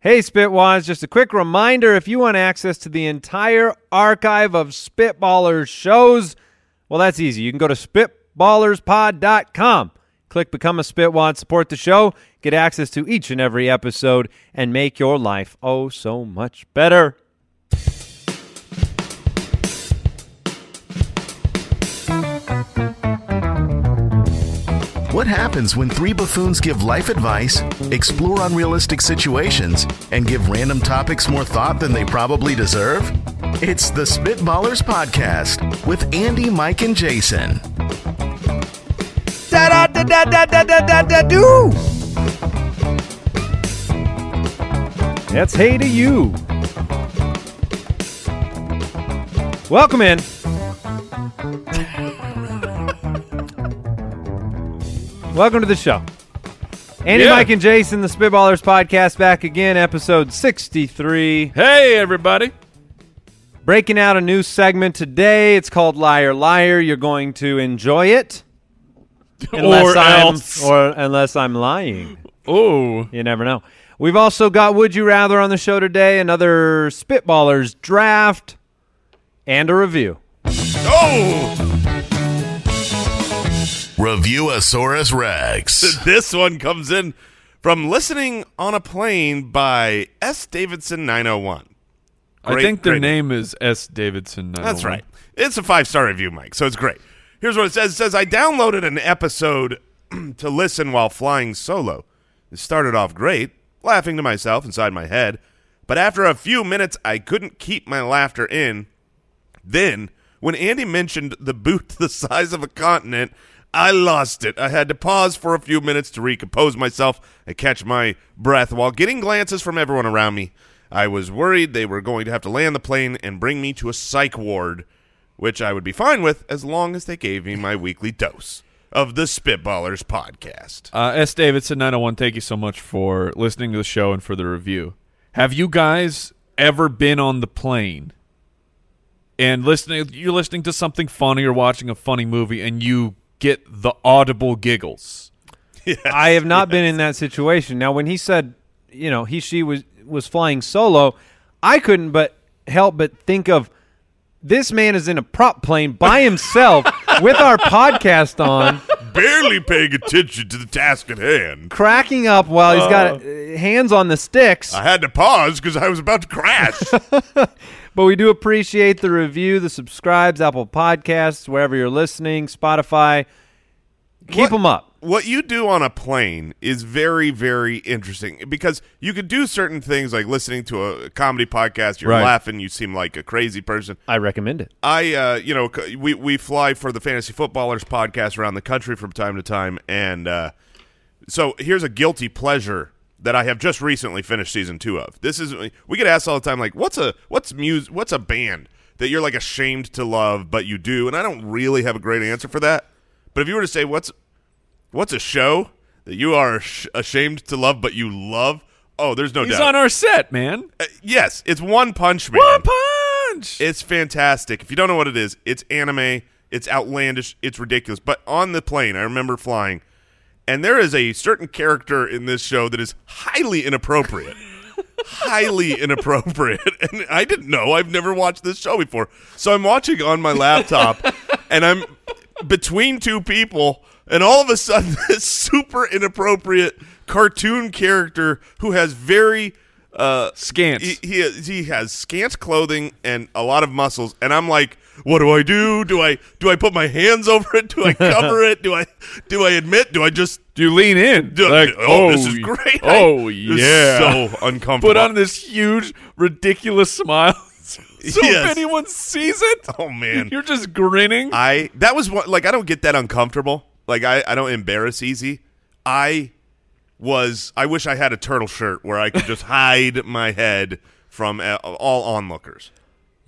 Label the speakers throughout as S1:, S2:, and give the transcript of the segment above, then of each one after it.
S1: Hey, Spitwise, just a quick reminder if you want access to the entire archive of Spitballers shows, well, that's easy. You can go to spitballerspod.com, click Become a Spitwad, support the show, get access to each and every episode, and make your life oh so much better.
S2: What happens when three buffoons give life advice, explore unrealistic situations, and give random topics more thought than they probably deserve? It's the Spitballers Podcast with Andy, Mike, and Jason.
S3: Da da da da da da da da da do.
S1: That's hey to you. Welcome in. Welcome to the show. Andy,
S4: Yeah.
S1: Mike, and Jason, the Spitballers podcast, back again, episode 63.
S4: Hey, everybody.
S1: Breaking out a new segment today. It's called Liar Liar. You're going to enjoy it.
S4: or
S1: I'm,
S4: else.
S1: Or unless I'm lying.
S4: oh,
S1: You never know. We've also got Would You Rather on the show today, another Spitballers draft, and a review.
S2: Review Asaurus Rex.
S5: This one comes in from listening on a plane by S. Davidson 901.
S4: I
S5: Great,
S4: think their
S5: great.
S4: name is S. Davidson. oh I
S5: That's
S4: don't
S5: right. It's a five star review, Mike, so it's great. Here's what it says It says, I downloaded an episode to listen while flying solo. It started off great, laughing to myself inside my head, but after a few minutes, I couldn't keep my laughter in. Then, when Andy mentioned the boot the size of a continent, I lost it. I had to pause for a few minutes to recompose myself and catch my breath while getting glances from everyone around me. I was worried they were going to have to land the plane and bring me to a psych ward, which I would be fine with as long as they gave me my weekly dose of the Spitballers podcast.
S4: Uh, S. Davidson 901, thank you so much for listening to the show and for the review. Have you guys ever been on the plane and listening? You're listening to something funny or watching a funny movie and you get the audible giggles.
S1: I have not been in that situation. Now, when he said, you know, he she was was flying solo, I couldn't but help but think of this man is in a prop plane by himself with our podcast on,
S5: Barely paying attention to the task at hand.
S1: cracking up while he's got uh, hands on the sticks.
S5: I had to pause because I was about to crash.
S1: But we do appreciate the review, the subscribes, Apple Podcasts, wherever you're listening, Spotify. Keep
S5: What-
S1: them up.
S5: what you do on a plane is very very interesting because you could do certain things like listening to a comedy podcast you're
S4: Right.
S5: laughing you seem like a crazy person
S1: I recommend it.
S5: i uh, you know c- we, we fly for the fantasy footballers podcast around the country from time to time and uh, so here's a guilty pleasure that i have just recently finished season two of this is we get asked all the time like what's a what's muse what's a band that you're like ashamed to love but you do and i don't really have a great answer for that but if you were to say what's What's a show that you are ash- ashamed to love but you love? Oh, there's no
S4: He's
S5: doubt.
S4: on our set, man.
S5: Uh, yes, it's One Punch Man.
S4: One punch!
S5: It's fantastic. If you don't know what it is, it's anime, it's outlandish, it's ridiculous. But on the plane, I remember flying, and there is a certain character in this show that is highly inappropriate. highly inappropriate. And I didn't know. I've never watched this show before. So I'm watching on my laptop and I'm between two people and all of a sudden this super inappropriate cartoon character who has very uh
S4: Scant.
S5: he, he is- he has scant clothing and a lot of muscles and I'm like what do I do? Do I do I put my hands over it? Do I cover it? Do I do I admit? Do I just
S4: Do you lean in?
S5: do,
S4: Like,
S5: oh, this is
S4: y-
S5: great. I-
S4: Oh,
S5: it was
S4: yeah.
S5: so uncomfortable.
S4: Put on this huge, ridiculous smile. so
S5: Yes.
S4: if anyone sees it,
S5: Oh man.
S4: you're just grinning.
S5: I that was one like I don't get that uncomfortable. Like I, I don't embarrass easy. I was I wish I had a turtle shirt where I could just hide my head from uh, all onlookers.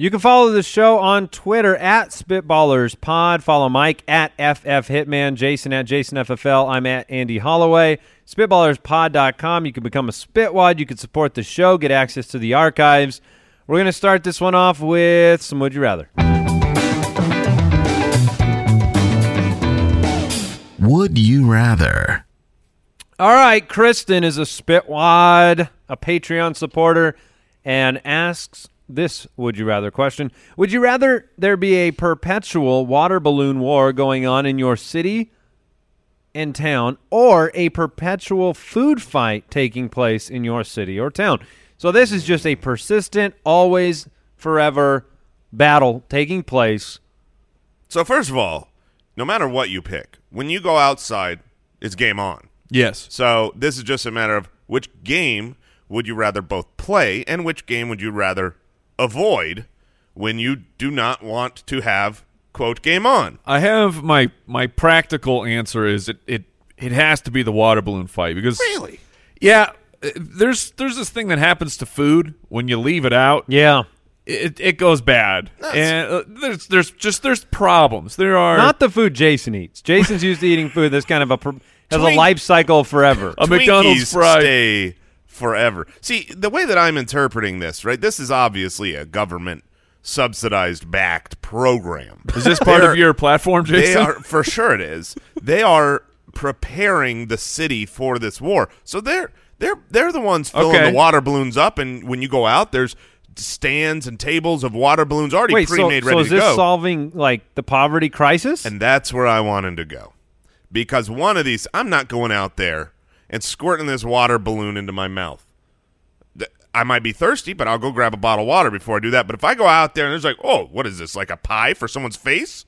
S1: You can follow the show on Twitter at Spitballers Pod. Follow Mike at FF Hitman, Jason at JasonFFL. I'm at Andy Holloway. SpitballersPod.com. You can become a Spitwad. You can support the show, get access to the archives. We're going to start this one off with some Would You Rather.
S2: Would you rather?
S1: All right, Kristen is a Spitwad. a Patreon supporter, and asks this would you rather question Would you rather there be a perpetual water balloon war going on in your city and town or a perpetual food fight taking place in your city or town? So this is just a persistent, always, forever battle taking place.
S5: So first of all, no matter what you pick, when you go outside, it's game on.
S4: Yes.
S5: So this is just a matter of which game would you rather both play and which game would you rather avoid when you do not want to have quote game on.
S4: I have my my practical answer is it it it has to be the water balloon fight because
S5: Really?
S4: yeah uh, there's there's this thing that happens to food when you leave it out
S1: Yeah.
S4: it it goes bad and uh, there's there's just there's problems there are
S1: Not the food Jason eats. Jason's used to eating food that's kind of a per- has
S5: Twink-
S1: a life cycle forever.
S4: a McDonald's
S5: Twinkies
S4: fry
S5: stay forever. See, the way that I'm interpreting this, right? This is obviously a government subsidized backed program.
S4: is this part of your platform
S5: They
S4: Jason
S5: are for sure it is. They are preparing the city for this war. So they're they're they're the ones filling
S4: Okay.
S5: the water balloons up and when you go out there's stands and tables of water balloons already
S1: Wait, so,
S5: pre-made
S1: so
S5: ready
S1: is
S5: to
S1: this
S5: go.
S1: solving like the poverty crisis?
S5: And that's where I wanted to go. Because one of these, I'm not going out there and squirting this water balloon into my mouth. Th- I might be thirsty, but I'll go grab a bottle of water before I do that. But if I go out there and there's like, oh, what is this? Like a pie for someone's face?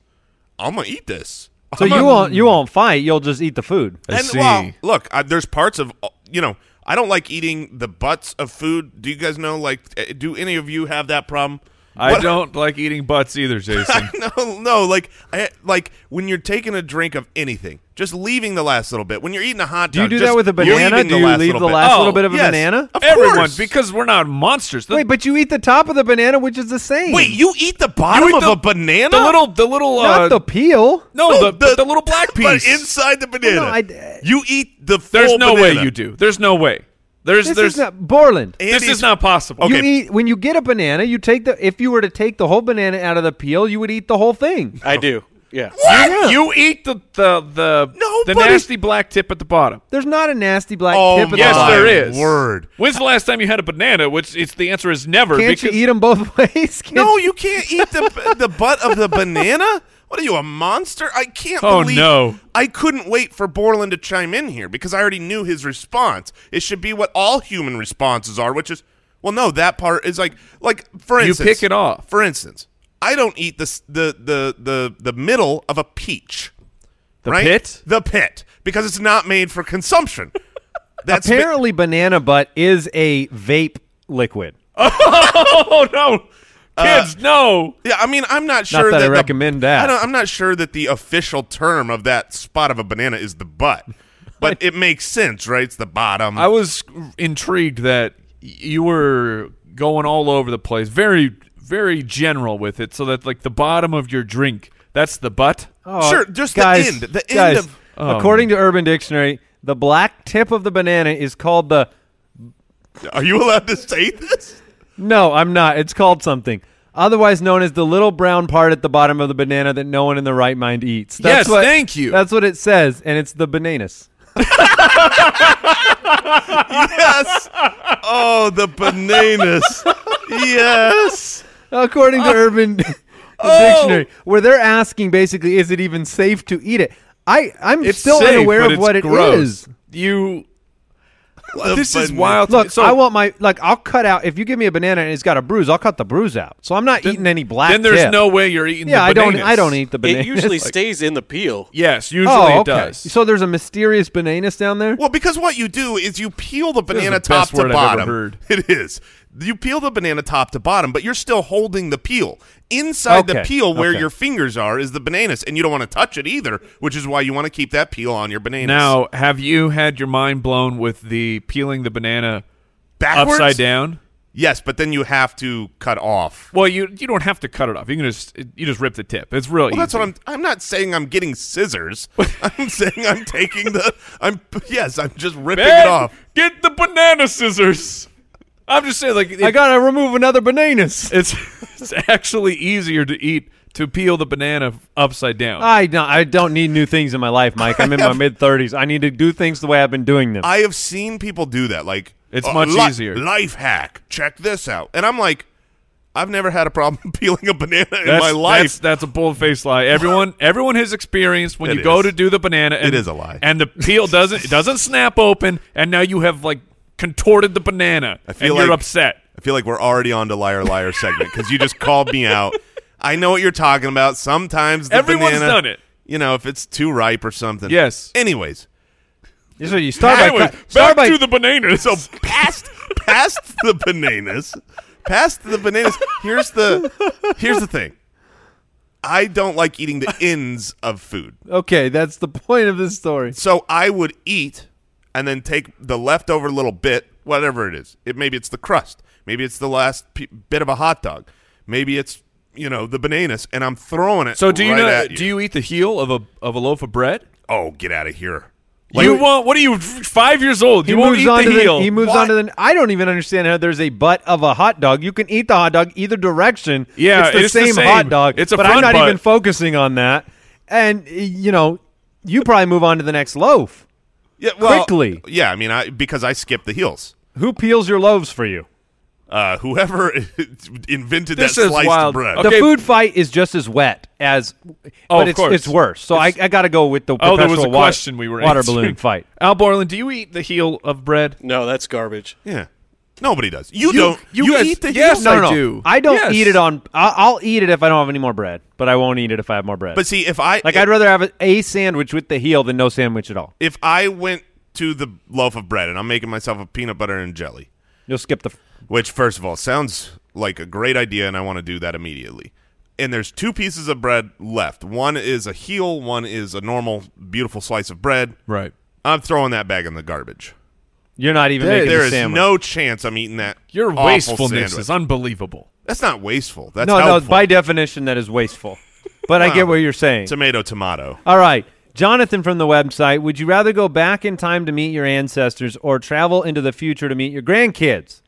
S5: I'm going to eat this.
S1: so
S5: I'm
S1: you
S5: gonna-
S1: won't you won't fight. You'll just eat the food.
S4: I
S5: And
S4: see.
S5: well, look, I, there's parts of, uh, you know, I don't like eating the butts of food. Do you guys know, like, eh, do any of you have that problem?
S4: I
S5: What- Oh,
S4: don't like eating butts either Jason
S5: no, no, like I, like when you're taking a drink of anything, just leaving the last little bit. When you're eating a hot dog,
S1: Do you do
S5: just
S1: that with a banana?
S5: leaving
S1: Do you leave the
S5: bit.
S1: last
S4: Oh,
S1: little bit of a
S5: yes.
S1: banana?
S5: Of
S4: everyone
S5: course.
S4: because we're not monsters the,
S1: Wait, but you eat the top of the banana, which is the same.
S5: Wait, you eat the bottom
S4: eat
S5: of
S4: the-
S5: a banana?
S4: the little the little
S1: not
S4: uh,
S1: the peel.
S4: no,
S5: No,
S4: the, the little black piece
S5: But inside the banana,
S1: no, I-
S5: you eat the. Full
S4: there's no way
S5: banana.
S4: you do there's no way there's
S1: This
S4: there's
S1: is not Borland.
S4: this
S5: Andy's-
S4: is not possible
S5: Eh, Okay.
S1: You eat when you get a banana. You take the if you were to take the whole banana out of the peel, you would eat the whole thing.
S6: I do. Yeah.
S5: What?
S1: Yeah.
S4: You eat the the the, the
S5: Nobody-
S4: nasty black tip at the bottom.
S1: There's not a nasty black
S5: Oh,
S1: tip. at the
S5: yes,
S1: bottom.
S5: there
S4: there
S5: My
S4: is.
S5: is. word.
S4: When's the last time you had a banana? Which it's the answer is never.
S1: Can't
S4: because
S1: you eat them both ways? Can't
S5: No, you can't eat the the butt of the banana. What are you, a monster? I can't
S4: Oh,
S5: believe.
S4: no.
S5: I couldn't wait for Borland to chime in here because I already knew his response. It should be what all human responses are, which is, well, no, that part is like, like for
S4: You
S5: instance,
S4: pick it off.
S5: For instance, I don't eat the s- the the the, the middle of a peach. The
S4: pit?
S5: The pit, because it's not made for consumption. That's been-
S1: Apparently, banana butt is a vape liquid.
S4: Oh no, kids, no.
S5: Yeah, I mean, I'm not sure
S1: that I
S5: the-
S1: recommend that.
S5: I don't, I'm not sure that the official term of that spot of a banana is the butt, but it makes sense, right? It's the bottom.
S4: I was intrigued that y- you were going all over the place, very very general with it, so that like the bottom of your drink, that's the butt.
S1: Oh,
S5: Sure, just the
S1: guys,
S5: end, the end
S1: guys, um,
S5: of-
S1: according to Urban Dictionary, the black tip of the banana is called the.
S5: Are you allowed to say this?
S1: No, I'm not. It's called something. Otherwise known as the little brown part at the bottom of the banana that no one in the right mind eats.
S4: Yes, thank you.
S1: That's what it says, and it's the bananas.
S5: Yes. Oh, the bananas. Yes.
S1: According to
S4: Uh,
S1: Urban
S4: oh!
S1: Dictionary, where they're asking basically, is it even safe to eat it? I, I'm
S4: It's
S1: still
S4: safe,
S1: unaware
S4: but
S1: of
S4: it's
S1: what
S4: gross.
S1: it is.
S4: You.
S5: The
S4: this is
S5: bana-
S4: wild. to me.
S1: Look,
S4: So-
S1: I want my like. I'll cut out if you give me a banana and it's got a bruise. I'll cut the bruise out. So I'm not eating any black.
S4: Then there's
S1: tip.
S4: no way you're eating.
S1: Yeah,
S4: the
S1: I don't.
S4: bananas.
S1: I don't eat the banana.
S6: It usually stays in the peel.
S4: Yes, usually
S1: oh,
S4: it
S1: okay.
S4: does.
S1: So there's a mysterious bananas down there.
S5: Well, because what you do is you peel the banana
S4: the
S5: top
S4: best
S5: to
S4: word I've ever heard.
S5: bottom. It is. You peel the banana top to bottom, but you're still holding the peel. Inside the
S1: Okay,
S5: peel where
S1: okay.
S5: your fingers are is the bananas, and you don't want to touch it either, which is why you want to keep that peel on your bananas.
S4: Now, have you had your mind blown with the peeling the banana
S5: Backwards?
S4: upside down?
S5: Yes, but then you have to cut off.
S4: Well, you you don't have to cut it off. You can just you just rip the tip. It's real
S5: Well,
S4: easy.
S5: that's what I'm. I'm not saying I'm getting scissors. I'm saying I'm taking the. I'm yes. I'm just ripping
S4: Ben,
S5: it off.
S4: Get the banana scissors. I'm just saying, like it-
S1: I gotta remove another bananas.
S4: it's it's actually easier to eat to peel the banana upside down.
S1: I don't. I don't need new things in my life, Mike. I'm in my mid 30s. I need to do things the way I've been doing them.
S5: I have seen people do that. Like
S4: It's
S5: uh,
S4: much
S5: li-
S4: easier.
S5: Life hack. Check this out. And I'm like, I've never had a problem peeling a banana in
S4: that's,
S5: my life.
S4: That's, that's a bull-faced lie. Everyone, everyone has experienced when
S5: It
S4: you go
S5: is.
S4: to do the banana. And,
S5: It is a lie.
S4: and the peel doesn't it doesn't snap open, and now you have like contorted the banana,
S5: I feel
S4: and you're
S5: like-
S4: upset.
S5: I feel like we're already on to liar liar segment because you just called me out. I know what you're talking about. Sometimes the
S4: Everyone's
S5: banana-
S4: done it.
S5: You know, if it's too ripe or something.
S4: Yes.
S5: Anyways,
S1: So you start by
S4: Anyway,
S1: cut-
S4: back
S1: start by
S4: to the bananas.
S5: so past past the bananas, past the bananas. Here's the here's the thing. I don't like eating the ends of food.
S1: okay. That's the point of this story.
S5: So I would eat and then take the leftover little bit, whatever it is. It maybe it's the crust, maybe it's the last p- bit of a hot dog, maybe it's you know the bananas, and I'm throwing it.
S4: So do you
S5: right
S4: know?
S5: at
S4: Do you eat the heel of a of a loaf of bread?
S5: Oh, get out of here!
S4: you won't. What are you? f- Five years old. You won't eat
S1: on
S4: the
S1: to
S4: heel.
S1: The, he moves on to the. I don't even understand how there's a butt of a hot dog. You can eat the hot dog either direction.
S4: Yeah,
S1: it's the,
S4: it's the
S1: same,
S4: same.
S1: hot dog.
S4: It's a
S1: but I'm
S4: front
S1: not
S4: butt.
S1: even focusing on that. And uh, you know, you probably move on to the next loaf.
S5: Yeah, well,
S1: Quickly.
S5: Yeah, I mean, I because I skipped the heels.
S1: Who peels your loaves for you?
S5: Uh, whoever invented
S4: This
S5: that
S4: is
S5: sliced
S4: wild.
S5: bread.
S4: Okay.
S1: The food fight is just as wet as.
S4: Oh,
S1: but
S4: of
S1: it's,
S4: course.
S1: it's worse. So I, I got to go with the
S4: Oh, there was a
S1: perpetual wa-
S4: question we were
S1: water
S4: answering.
S1: balloon fight.
S4: Al Borland, do you eat the heel of bread?
S6: No, that's garbage.
S5: Yeah, nobody does. You, don't.
S4: you
S5: guys-
S4: eat the Yes, heels?
S1: no,
S4: I
S1: no, no.
S4: do.
S1: I don't
S4: Yes.
S1: eat it on. I'll, I'll eat it if I don't have any more bread, but I won't eat it if I have more bread.
S5: But see, if I
S1: like, I'd rather have a, a sandwich with the heel than no sandwich at all.
S5: if I went to the loaf of bread and I'm making myself a peanut butter and jelly.
S1: You'll skip the. f-
S5: which first of all sounds like a great idea and I want to do that immediately. And there's two pieces of bread left. One is a heel, one is a normal beautiful slice of bread.
S4: Right.
S5: I'm throwing that bag in the garbage.
S1: You're not even
S4: There-
S1: making
S5: There
S1: the
S5: is
S1: sandwich.
S5: no chance I'm eating that.
S4: Your
S5: awful
S4: wastefulness
S5: sandwich.
S4: is unbelievable.
S5: That's not wasteful. That's
S1: no, no.
S5: helpful.
S1: By definition, that is wasteful. But I get what you're saying.
S5: tomato tomato.
S1: All right. Jonathan from the website, would you rather go back in time to meet your ancestors or travel into the future to meet your grandkids?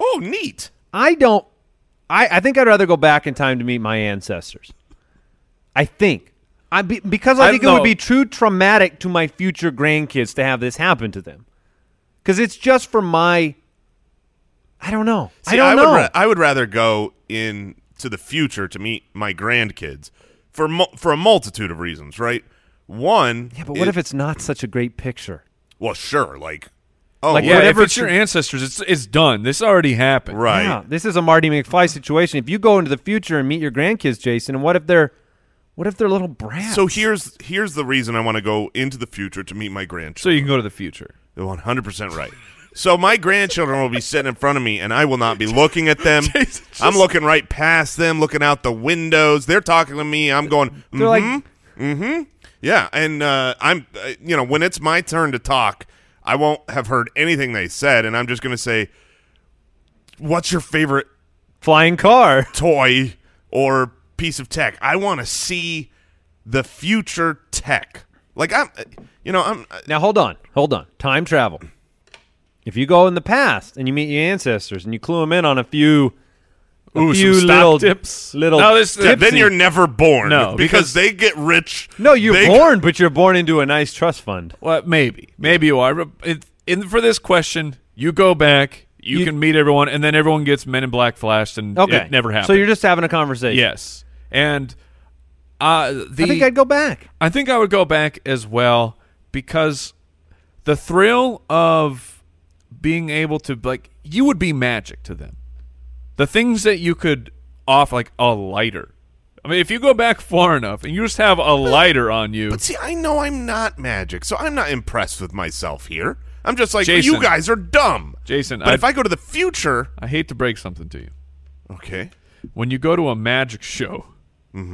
S5: Oh, neat.
S1: I don't. I, I think I'd rather go back in time to meet my ancestors. I think. I be, because I,
S4: I
S1: think it
S4: don't
S1: would be
S4: know.
S1: true traumatic to my future grandkids to have this happen to them. Because it's just for my. I don't know. I
S5: See,
S1: don't know.
S5: Would ra- I would rather go in to the future to meet my grandkids for mul- for a multitude of reasons, right? One,
S1: yeah, but what
S5: it-
S1: if it's not such a great picture?
S5: well, sure, like oh,
S1: Like,
S5: what
S4: Yeah,
S1: Whatever
S4: if it's
S1: tr-
S4: your ancestors, it's it's done. This already happened.
S5: Right.
S1: Yeah, this is a Marty McFly situation. If you go into the future and meet your grandkids, Jason, and what if they're, what if they're little brats?
S5: So here's here's the reason I want to go into the future to meet my grandchildren.
S4: So you can go to the future.
S5: One hundred percent right. So my grandchildren will be sitting in front of me, and I will not be looking at them.
S4: Jesus,
S5: I'm
S4: just-
S5: looking right past them, looking out the windows. They're talking to me. I'm going.
S1: they're
S5: "Mhm,
S4: Mm-hmm.
S1: like,
S5: yeah, and uh, I'm uh, you know when it's my turn to talk, I won't have heard anything they said, and I'm just going to say, "What's your favorite
S1: flying car.
S5: toy or piece of tech. I want to see the future tech. Like I'm, you know, I'm. uh,
S1: Now hold on, hold on. Time travel. If you go in the past and you meet your ancestors and you clue them in on a few, a
S4: Ooh,
S1: few
S4: some stock
S1: little
S4: tips.
S1: little
S4: No, this-
S1: tips-
S5: Then you're never born.
S4: No, because-
S5: because, they get rich.
S1: No, you're
S5: They-
S1: born, but you're born into a nice trust fund.
S4: Well, maybe, maybe you are. It, in for this question, you go back. You,
S1: You-
S4: can meet everyone, and then everyone gets Men in Black flashed, and
S1: Okay,
S4: it never happened.
S1: So you're just having a conversation.
S4: yes, and uh, the
S1: I think I'd go back.
S4: I think I would go back as well because the thrill of being able to like you would be magic to them. The things that you could off like a lighter. I mean, if you go back far enough and you just have a lighter on you,
S5: But see, I know I'm not magic, so I'm not impressed with myself here. I'm just like
S4: Jason.
S5: you guys are dumb.
S4: Jason,
S5: but
S4: I-
S5: if I go to the future,
S4: I hate to break something to you.
S5: okay.
S4: When you go to a magic show,
S5: Mm-hmm.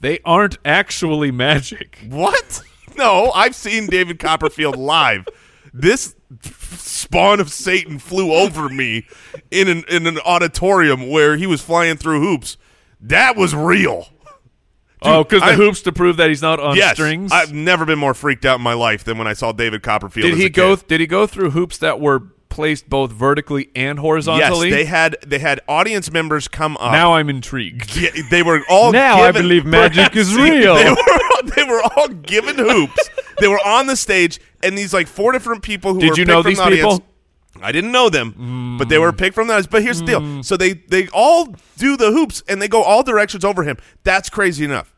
S4: they aren't actually magic.
S5: What? No, I've seen David Copperfield live. This spawn of Satan flew over me in an in an auditorium where he was flying through hoops. That was real.
S4: oh, because the
S5: I-
S4: hoops to prove that he's not on
S5: yes,
S4: strings.
S5: I've never been more freaked out in my life than when I saw David Copperfield.
S4: did
S5: as
S4: he
S5: a
S4: go?
S5: kid.
S4: Did he go through hoops that were placed both vertically and
S5: yes,
S4: horizontally?
S5: they had they had audience members come up.
S4: Now I'm intrigued.
S5: Yeah, they were all
S1: Now I
S5: given-
S1: believe magic is real.
S5: They were, they were all given hoops. they were on the stage, and these like four different people who
S4: Did
S5: were
S4: you
S5: picked
S4: know
S5: from
S4: these
S5: the audience-
S4: people?
S5: I didn't know them, but they were picked from those. But here's the deal: so they they all do the hoops and they go all directions over him. That's crazy enough.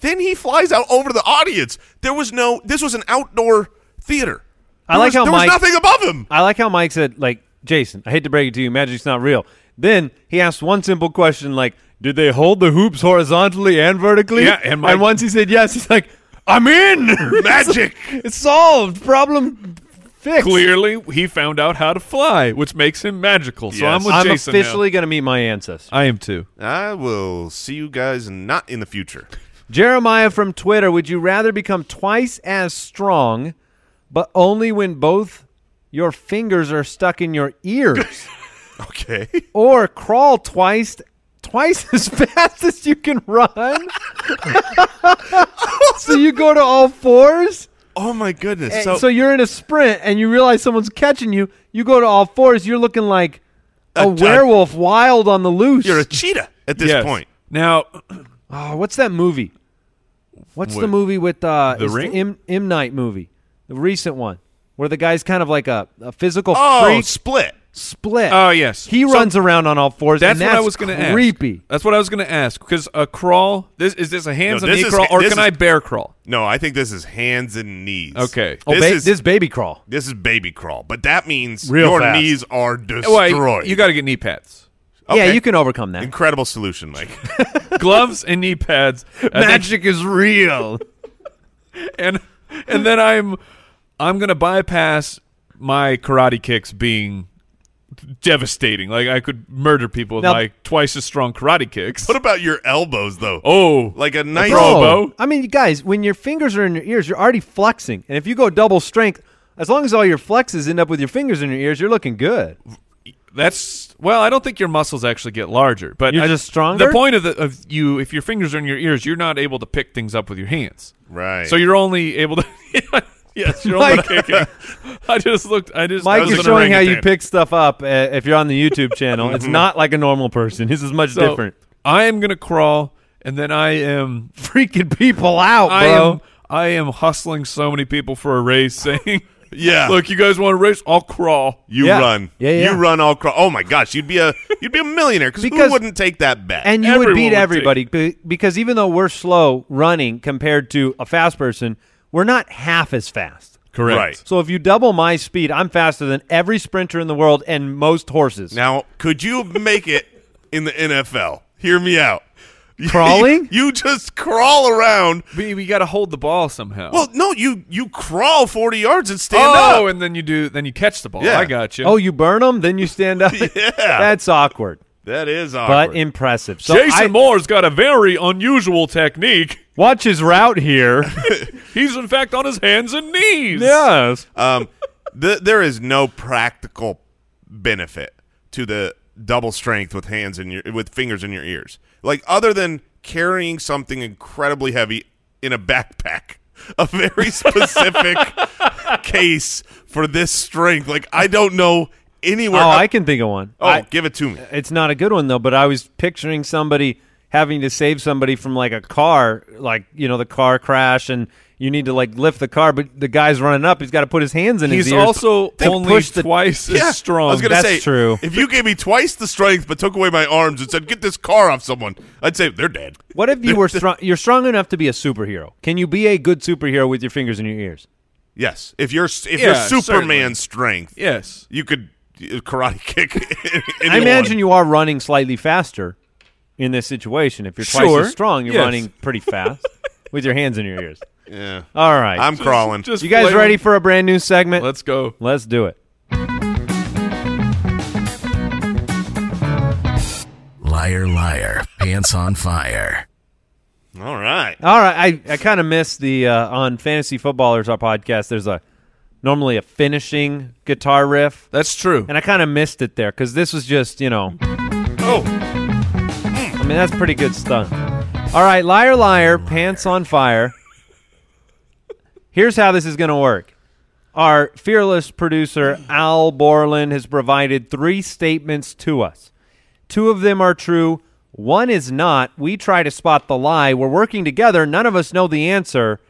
S5: Then he flies out over the audience. There was no. This was an outdoor theater.
S1: I
S5: There
S1: like
S5: was,
S1: how
S5: there
S1: Mike-
S5: was nothing above him.
S1: I like how Mike said, like, Jason, I hate to break it to you, magic's not real. Then he asked one simple question, like, did they hold the hoops horizontally and vertically?
S4: Yeah, and Mike-
S1: once he said yes, he's like, I'm in.
S5: Magic.
S1: it's solved. Problem fixed.
S4: Clearly, he found out how to fly, which makes him magical. So
S5: Yes.
S4: I'm with
S1: I'm
S4: Jason. now.
S1: officially going to meet my ancestor.
S4: I am too.
S5: I will see you guys not in the future.
S1: Jeremiah from Twitter, would you rather become twice as strong, but only when both your fingers are stuck in your ears?
S5: Okay.
S1: or crawl twice twice as fast as you can run. so you go to all fours.
S5: Oh my goodness.
S1: Eh, So, you're in a sprint and you realize someone's catching you. You go to all fours. You're looking like a,
S5: A- a-
S1: werewolf wild on the loose.
S5: You're a cheetah at this
S4: Yes.
S5: point.
S4: Now,
S1: oh, what's that movie? What's the
S4: What?
S1: movie with uh,
S4: The
S1: it's
S4: Ring?
S1: M, M. Night movie, the recent one, where the guy's kind of like a, a physical
S5: Oh,
S1: freak
S5: split.
S1: split.
S4: Oh, yes.
S1: he
S4: So-
S1: runs around on all fours.
S4: that's,
S1: and
S4: what I was going to ask.
S1: Creepy.
S4: That's what I was going to ask because a crawl. This is this a hands
S5: No,
S4: and
S5: this
S4: knee
S5: is-
S4: crawl, or
S5: this
S4: can
S5: is-
S4: I bear crawl?
S5: No, I think this is hands and knees.
S4: Okay.
S1: Oh,
S5: This
S1: ba-
S5: is
S1: this baby crawl.
S5: this is baby crawl, but that means
S1: Real
S5: your
S1: fast.
S5: knees are
S4: Wait,
S5: destroyed.
S4: you got to get knee pads,
S1: Yeah,
S5: Okay.
S1: you can overcome that.
S5: incredible solution, Mike.
S4: gloves, and knee pads. And then-
S1: is real.
S4: and and then I'm I'm gonna bypass my karate kicks being devastating. Like I could murder people with
S1: Now-
S4: my twice as strong karate kicks.
S5: what about your elbows though?
S4: oh,
S5: Like a nice
S4: Bro.
S1: I mean, you guys, when your fingers are in your ears, you're already flexing. And if you go double strength, as long as all your flexes end up with your fingers in your ears, you're looking good.
S4: that's well. I don't think your muscles actually get larger, but
S1: You're
S4: I-
S1: just stronger?
S4: The point of, the, of you, if your fingers are in your ears, you're not able to pick things up with your hands.
S5: Right.
S4: So you're only able to. yes, you're only kicking. I just looked. I just. I
S1: Mike,
S4: was
S1: you're
S4: an
S1: showing how you
S4: orangutan.
S1: pick stuff up uh, if you're on the YouTube channel. It's not like a normal person. This is much
S4: So,
S1: different.
S4: I am gonna crawl, and then I am
S1: Freaking people out,
S4: I
S1: bro.
S4: am I am hustling so many people for a race, saying,
S5: Yeah.
S4: look, you guys want a race? I'll crawl."
S5: you
S1: Yeah.
S5: run.
S1: Yeah, yeah.
S5: You run all crawl. Oh my gosh, you'd be a you'd be a millionaire cause
S1: Because-
S5: who wouldn't take that bet?
S1: and you would
S4: everyone
S1: beat
S4: would
S1: everybody be- because even though we're slow running compared to a fast person, we're not half as fast.
S4: Correct.
S5: Right.
S1: So if you double my speed, I'm faster than every sprinter in the world and most horses.
S5: Now, could you make it in the NFL? Hear me out.
S1: Crawling?
S5: you just crawl around.
S4: But we got to hold the ball somehow.
S5: Well, no, you you crawl 40 yards and stand
S4: oh,
S5: up.
S4: and then you do, then you catch the ball.
S5: Yeah.
S4: I got you.
S1: Oh, you burn them, then you stand up. yeah. That's awkward,
S5: That is awkward.
S1: but impressive. So
S4: Jason
S1: I-
S4: Moore's got a very unusual technique.
S1: watch his route here.
S4: He's in fact on his hands and knees.
S1: yes.
S5: um, th- there is no practical benefit to the double strength with hands in your with fingers in your ears. Like other than carrying something incredibly heavy in a backpack, a very specific case for this strength. Like I don't know anywhere.
S1: Oh,
S5: I-
S1: I can think of one.
S5: oh,
S1: I-
S5: give it to me.
S1: it's not a good one though. But I was picturing somebody having to save somebody from like a car, like you know the car crash, and you need to like lift the car, but the guy's running up. He's got to put his hands in
S4: He's
S1: his ears.
S4: also
S1: to
S4: only
S1: push the-
S4: twice
S5: Yeah,
S4: as strong.
S5: I was gonna
S1: That's
S5: say,
S1: true.
S5: If you gave me twice the strength but took away my arms and said, "Get this car off someone," I'd say they're dead.
S1: What if you were strong? You're strong enough to be a superhero. Can you be a good superhero with your fingers in your ears?
S5: Yes, if you're s- if
S4: Yeah,
S5: you're Superman
S4: certainly.
S5: strength,
S4: yes.
S5: you could uh, karate kick.
S1: I imagine you are running slightly faster in this situation. If you're twice
S4: Sure.
S1: as strong, you're
S4: Yes.
S1: running pretty fast with your hands in your ears.
S5: Yeah.
S1: All right.
S5: I'm crawling.
S4: Just
S1: you guys
S4: play-
S1: ready for a brand new segment?
S4: Let's go.
S1: Let's do it.
S2: Liar, liar, pants on fire.
S5: All right.
S1: All right. I, I kind of missed the uh, on Fantasy Footballers, our podcast. There's a normally a finishing guitar riff,
S4: That's true.
S1: and I kind of missed it there because this was just, you know.
S5: Oh,
S1: I mean, that's pretty good stunt. All right, liar, liar, pants on fire. Here's how this is going to work. Our fearless producer, Al Borland, has provided three statements to us. Two of them are true, one is not. We try to spot the lie. We're working together. None of us know the answer.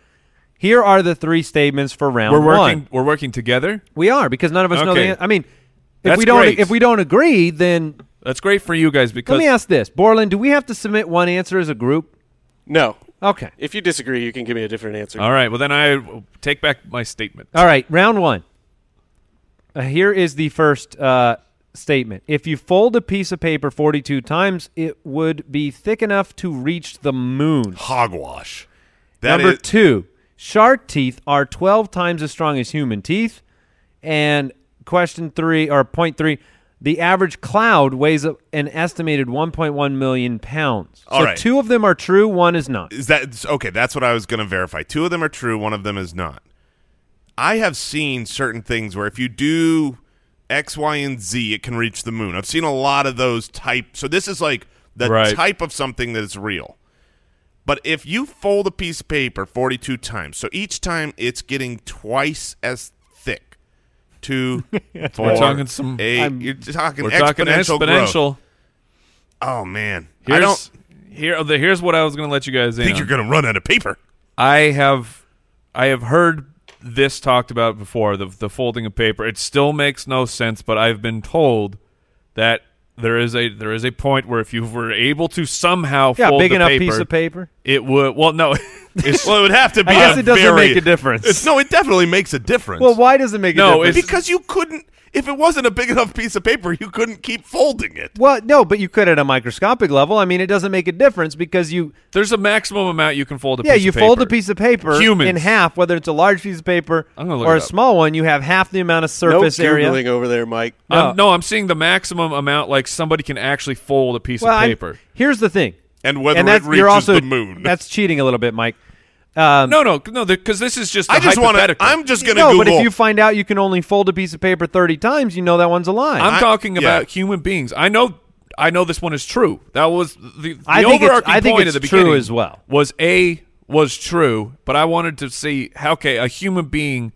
S1: Here are the three statements for round
S4: we're working.
S1: one.
S4: We're working together.
S1: We are because none of us know the.
S4: Okay.
S1: an- I mean, If
S4: That's
S1: we don't
S4: great.
S1: if we don't agree, then
S4: That's great for you guys because
S1: let me ask this. Borland, do we have to submit one answer as a group?
S6: No.
S1: Okay.
S6: If you disagree, you can give me a different answer.
S4: All right. Well, then I take back my statement.
S1: All right, round one. Uh, here is the first uh, statement. If you fold a piece of paper 42 times, it would be thick enough to reach the moon.
S5: Hogwash. That
S1: Number
S5: is-
S1: two, shark teeth are 12 times as strong as human teeth. And question three, or point three, the average cloud weighs a- an estimated 1.1 million pounds.
S5: All
S1: so
S5: right.
S1: two of them are true, one is not.
S5: is that okay? That's what I was going to verify. Two of them are true. One of them is not. I have seen certain things where if you do X, Y, and Z, it can reach the moon. I've seen a lot of those type. So this is like the
S4: Right.
S5: type of something that is real. But if you fold a piece of paper 42 times, so each time it's getting twice as thick. Two, four,
S4: talking some-
S5: eight.
S1: I'm-
S5: You're talking
S4: We're
S5: exponential.
S4: talking
S5: growth.
S4: exponential.
S5: Oh man,
S4: Here's,
S5: I don't
S4: here. The, here's what I was going to let you guys in.
S5: think
S4: on.
S5: you're going to run out of paper.
S4: I have I have heard this talked about before the the folding of paper. It still makes no sense, but I've been told that there is a there is a point where if you were able to somehow
S1: Yeah,
S4: fold
S1: big
S4: the
S1: enough
S4: paper,
S1: piece of paper.
S4: it would well no it's,
S5: Well, it would have to be.
S1: I guess
S5: a
S1: it doesn't
S5: very-
S1: make a difference.
S5: It's, no, it definitely makes a difference.
S1: Well, why does it make a
S4: No,
S1: difference?
S4: it's-
S5: because you couldn't. If it wasn't a big enough piece of paper, you couldn't keep folding it.
S1: Well, no, but you could at a microscopic level. I mean, it doesn't make a difference because you,
S4: there's a maximum amount you can fold a
S1: yeah,
S4: piece
S1: you
S4: of
S1: fold a
S4: paper.
S1: piece of paper
S4: Humans.
S1: in half, whether it's a large piece of paper
S4: I'm gonna look
S1: or
S4: it
S1: a
S4: up.
S1: small one. You have half the amount of
S6: No
S1: surface area.
S6: googling over there, Mike.
S1: Oh.
S4: I'm, no, I'm seeing the maximum amount like somebody can actually fold a piece
S1: Well,
S4: of
S1: I-
S4: paper.
S1: here's the thing,
S5: And whether
S1: and
S5: it
S1: that's
S5: reaches
S1: you're also
S5: the moon.
S1: That's cheating a little bit, Mike. Um,
S4: no, no, no, because this is just. I
S5: I just want to.
S4: hypothetical.
S5: I'm just going to
S1: no,
S5: Google.
S1: but if you find out you can only fold a piece of paper thirty times, you know that one's a lie.
S4: I'm
S5: I-
S4: talking
S5: yeah.
S4: about human beings. I know. I know this one is true. That was the, the
S1: I think it's-
S4: overarching
S1: I think
S4: point
S1: it's
S4: at the
S1: true
S4: beginning.
S1: as well.
S4: Was a was true, but I wanted to see how okay a human being.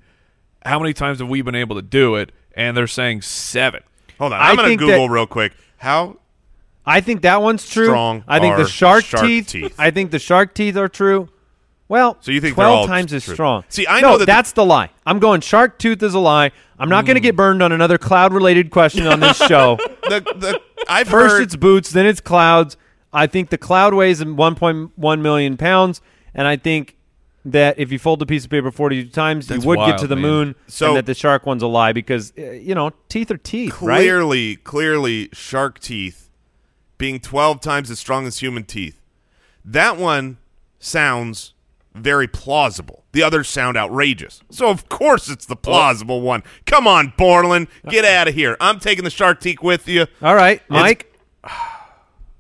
S4: How many times have we been able to do it? And they're saying seven.
S5: Hold on,
S1: I
S5: I'm going to
S1: think that-
S5: Google real quick. How?
S1: I think that one's true.
S5: Strong
S1: I think the
S5: are
S1: shark,
S5: shark
S1: teeth,
S5: teeth.
S1: I think the shark teeth are true. Well,
S5: So you think they're
S1: twelve
S5: all
S1: times as
S5: true.
S1: strong?
S5: See, I
S1: No,
S5: know that the- Hmm.
S1: that's the lie. I'm going shark tooth is a lie. I'm not going to get burned on another cloud-related question on this show.
S5: The, the, I've
S1: First,
S5: heard.
S1: it's boots, then it's clouds. I think the cloud weighs in 1.1 million pounds, and I think that if you fold a piece of paper 42 times,
S4: That's
S1: you would
S4: wild,
S1: get to the
S4: man.
S1: moon.
S5: So-
S1: and that the shark one's a lie because uh, you know teeth are teeth, right?
S5: clearly, clearly, shark teeth being 12 times as strong as human teeth. That one sounds very plausible. The others sound outrageous. So, of course, it's the plausible one. Come on, Borland.
S1: Uh,
S5: Get out of here. I'm taking the shark teeth with you.
S1: All right, Mike.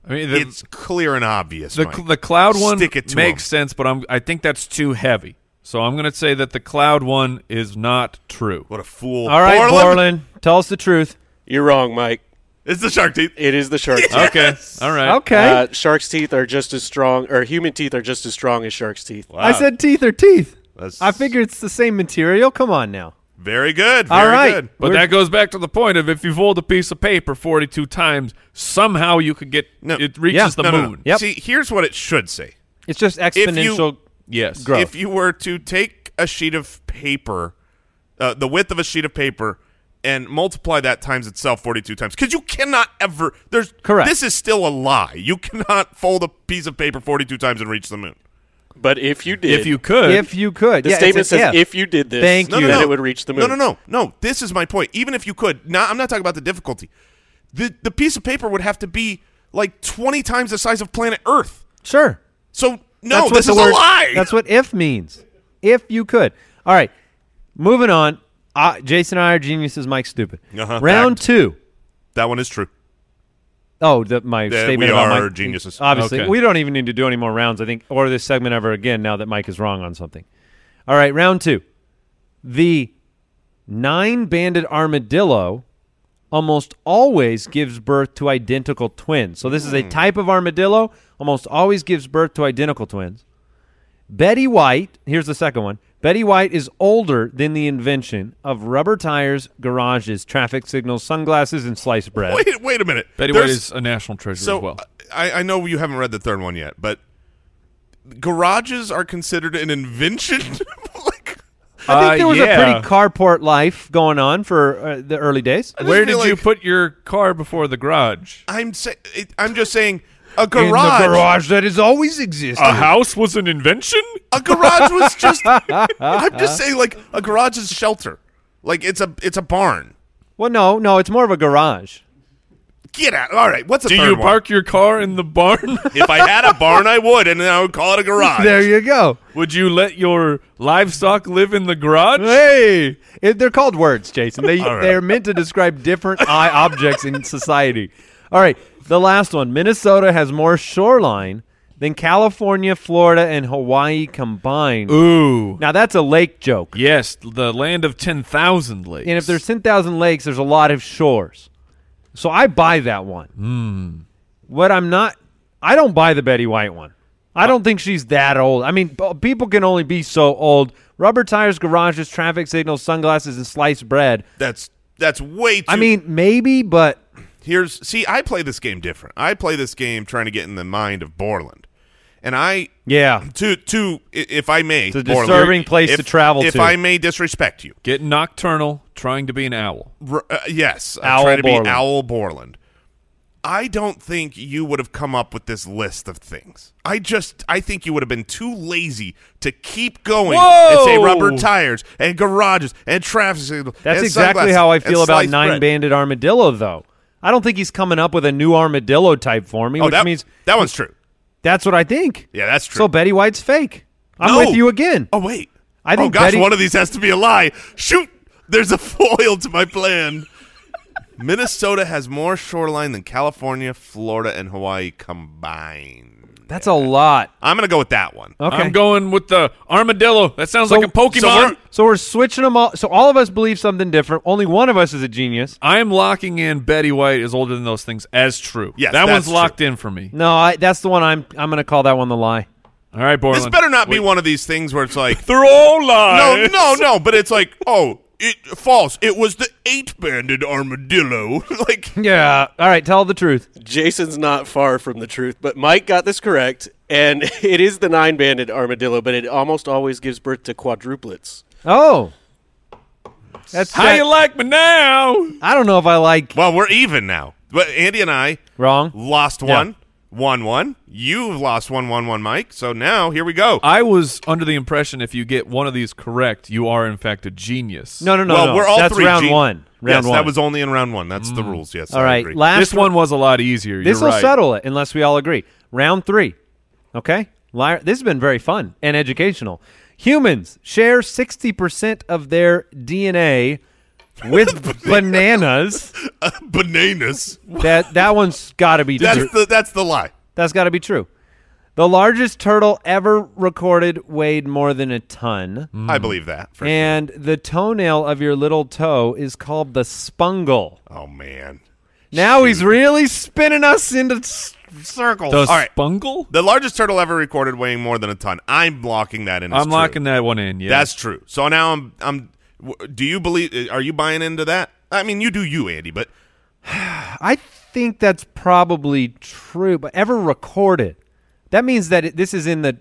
S4: I mean, the,
S5: It's clear and obvious.
S4: the,
S5: Mike.
S4: the cloud one
S5: Stick it to
S4: makes
S5: 'em.
S4: sense, but I'm I think that's too heavy. So I'm going to say that the cloud one is not true.
S5: What a fool.
S1: All right, Borland. tell us the truth.
S6: You're wrong, Mike.
S5: It's the shark teeth.
S6: It is the shark teeth.
S4: Okay, all right.
S1: Okay,
S6: Uh, shark's teeth are just as strong, or human teeth are just as strong as shark's teeth.
S1: I said teeth are teeth.
S5: uh, That's
S1: I figure it's the same material. Come on now.
S5: Very good. Very
S1: All right,
S5: good.
S4: But that goes back to the point of if you fold a piece of paper 42 times, somehow you could get
S5: No.
S4: it reaches
S1: Yeah.
S4: the
S5: No, no,
S4: moon.
S5: no.
S1: Yep.
S5: See, here's what it should say.
S1: it's just exponential.
S4: Yes.
S1: Grow.
S5: If you were to take a sheet of paper, uh, the width of a sheet of paper, and multiply that times itself 42 times, because you cannot ever. There's
S1: Correct.
S5: This is still a lie. You cannot fold a piece of paper 42 times and reach the moon.
S6: But if you did,
S4: If you could,
S1: if you could,
S6: the
S1: yeah, it's
S6: statement
S1: a-
S6: says
S1: yeah.
S6: if you did this,
S1: Thank
S5: No,
S1: you.
S5: no,
S6: then
S5: no.
S6: it would reach the moon.
S5: No, no, no, no. This is my point. Even if you could, not, I'm not talking about the difficulty. The the piece of paper would have to be like 20 times the size of planet Earth.
S1: sure.
S5: So no,
S1: That's what
S5: this
S1: the
S5: is
S1: word-
S5: a lie.
S1: That's what if means. If you could. All right. Moving on. Uh, Jason and I are geniuses. Mike's stupid.
S5: Uh-huh,
S1: Round
S5: fact.
S1: two.
S5: that one is true.
S1: Oh, the, my
S5: That
S1: statement
S5: we
S1: about
S5: are
S1: Mike.
S5: geniuses.
S1: Obviously,
S4: Okay.
S1: we don't even need to do any more rounds. I think, or this segment ever again. Now that Mike is wrong on something. All right, round two. The nine-banded armadillo almost always gives birth to identical twins. So this is
S5: Hmm.
S1: a type of armadillo. Almost always gives birth to identical twins. Betty White. Here's the second one. Betty White is older than the invention of rubber tires, garages, traffic signals, sunglasses, and sliced bread.
S5: Wait, wait a minute.
S4: Betty White
S5: There's-
S4: is a national treasure
S5: so uh,
S4: as well.
S5: I, I know you haven't read the third one yet, but garages are considered an invention. like,
S1: I think
S4: Uh,
S1: there was
S4: yeah.
S1: a pretty carport life going on for uh, the early days.
S5: I just
S4: Where
S5: feel
S4: did you
S5: like-
S4: put your car before the garage?
S5: I'm sa- it- I'm just saying a garage.
S1: that has always existed.
S4: A house was an invention?
S5: A garage was just. I'm just saying, like a garage is shelter. Like it's a it's a barn.
S1: Well, no, no, it's more of a garage.
S5: Get out. All right. What's a
S4: Do
S5: third
S4: you
S5: one?
S4: park your car in the barn?
S5: If I had a barn, I would, and then I would call it a garage.
S1: There you go.
S4: Would you let your livestock live in the garage?
S1: Hey, it, they're called words, Jason. They
S5: All right.
S1: they're meant to describe different eye objects in society. All right, the last one. Minnesota has more shoreline than California, Florida, and Hawaii combined.
S4: Ooh.
S1: Now that's a lake joke.
S4: Yes, the land of 10,000 lakes.
S1: And if there's ten thousand lakes, there's a lot of shores. So I buy that one.
S5: Hmm.
S1: What I'm not, I don't buy the Betty White one. I don't think she's that old. I mean, b- people can only be so old. Rubber tires, garages, traffic signals, sunglasses, and sliced bread.
S5: That's that's way too.
S1: I mean, maybe, but
S5: here's see, I play this game different. I play this game trying to get in the mind of Borland, and I
S1: yeah,
S5: to to i- if I may,
S1: It's a
S5: Borland,
S1: disturbing place
S5: if-
S1: to travel
S5: If
S1: to.
S5: I may disrespect you,
S4: Get nocturnal, trying to be an owl.
S5: R- uh, yes, I'm
S1: Owl
S5: trying to
S1: Borland.
S5: be Owl Borland. I don't think you would have come up with this list of things. I just, I think you would have been too lazy to keep going and say
S4: Whoa!
S5: rubber tires and garages and traffic signals.
S1: that's
S5: and
S1: exactly
S5: sunglasses
S1: how I
S5: and
S1: feel about
S5: sliced
S1: nine
S5: bread.
S1: banded armadillo, though. I don't think he's coming up with a new armadillo type for me,
S5: Oh,
S1: which
S5: that
S1: means
S5: that one's true.
S1: that's what I think.
S5: Yeah, that's true.
S1: So Betty White's fake. I'm
S5: No.
S1: with you again.
S5: oh wait,
S1: I
S5: oh
S1: think
S5: gosh,
S1: Betty-
S5: one of these has to be a lie. Shoot, there's a foil to my plan. Minnesota has more shoreline than California, Florida, and Hawaii combined.
S1: That's a lot.
S5: I'm gonna go with that one.
S1: Okay.
S4: I'm going with the armadillo. That sounds like a Pokemon.
S1: So we're, so we're switching them all. So all of us believe something different. Only one of us is a genius.
S4: I'm locking in Betty White is older than those things as true.
S5: Yes,
S4: that
S5: that's
S4: one's locked in for me.
S1: No, I, that's the one I'm. I'm going to call that one the lie.
S4: All right, Borland.
S5: This better not be one of these things where it's like,
S4: They're all
S5: no,
S4: lies.
S5: no, no, but it's like, oh, it false. It was the eight-banded armadillo. like,
S1: Yeah. All right. Tell the truth.
S6: Jason's not far from the truth, but Mike got this correct, and it is the nine banded armadillo, but it almost always gives birth to quadruplets.
S1: Oh. That's.
S4: How
S1: that-
S4: you like me now?
S1: I don't know if I like
S5: well, we're even now. But Andy and I
S1: wrong.
S5: lost one, one, one. You've lost one, one, one, Mike. So now here we go.
S4: I was under the impression if you get one of these correct, you are in fact a genius.
S1: No, no, no.
S5: well,
S1: no.
S5: we're all
S1: that's
S5: three.
S1: round
S5: G-
S1: one. Round
S5: yes,
S1: one. Mm.
S5: that was only in round one. That's the rules. Yes.
S1: all
S5: I
S1: right.
S5: agree.
S1: Last
S4: this one was a lot easier. You're
S1: This will
S4: right.
S1: settle it unless we all agree. Round three. Okay? Liar. This has been very fun and educational. Humans share 60% of their DNA with bananas.
S5: Bananas.
S1: That that one's got to be true.
S5: That's the that's the lie.
S1: That's got to be true. The largest turtle ever recorded weighed more than a ton.
S5: I believe that. For
S1: Mm. And the toenail of your little toe is called the spungle.
S5: Oh man.
S1: Now he's really spinning us into s- circles.
S4: The
S1: All right.
S4: spungle?
S5: The largest turtle ever recorded, weighing more than a ton. I'm locking that in. as
S4: I'm
S5: true.
S4: locking that one in. Yeah.
S5: That's true. So now I'm I'm. w- Do you believe? uh, Are you buying into that? I mean, you do you, Andy. But
S1: I think that's probably true, but ever recorded. That means that it, this is in the.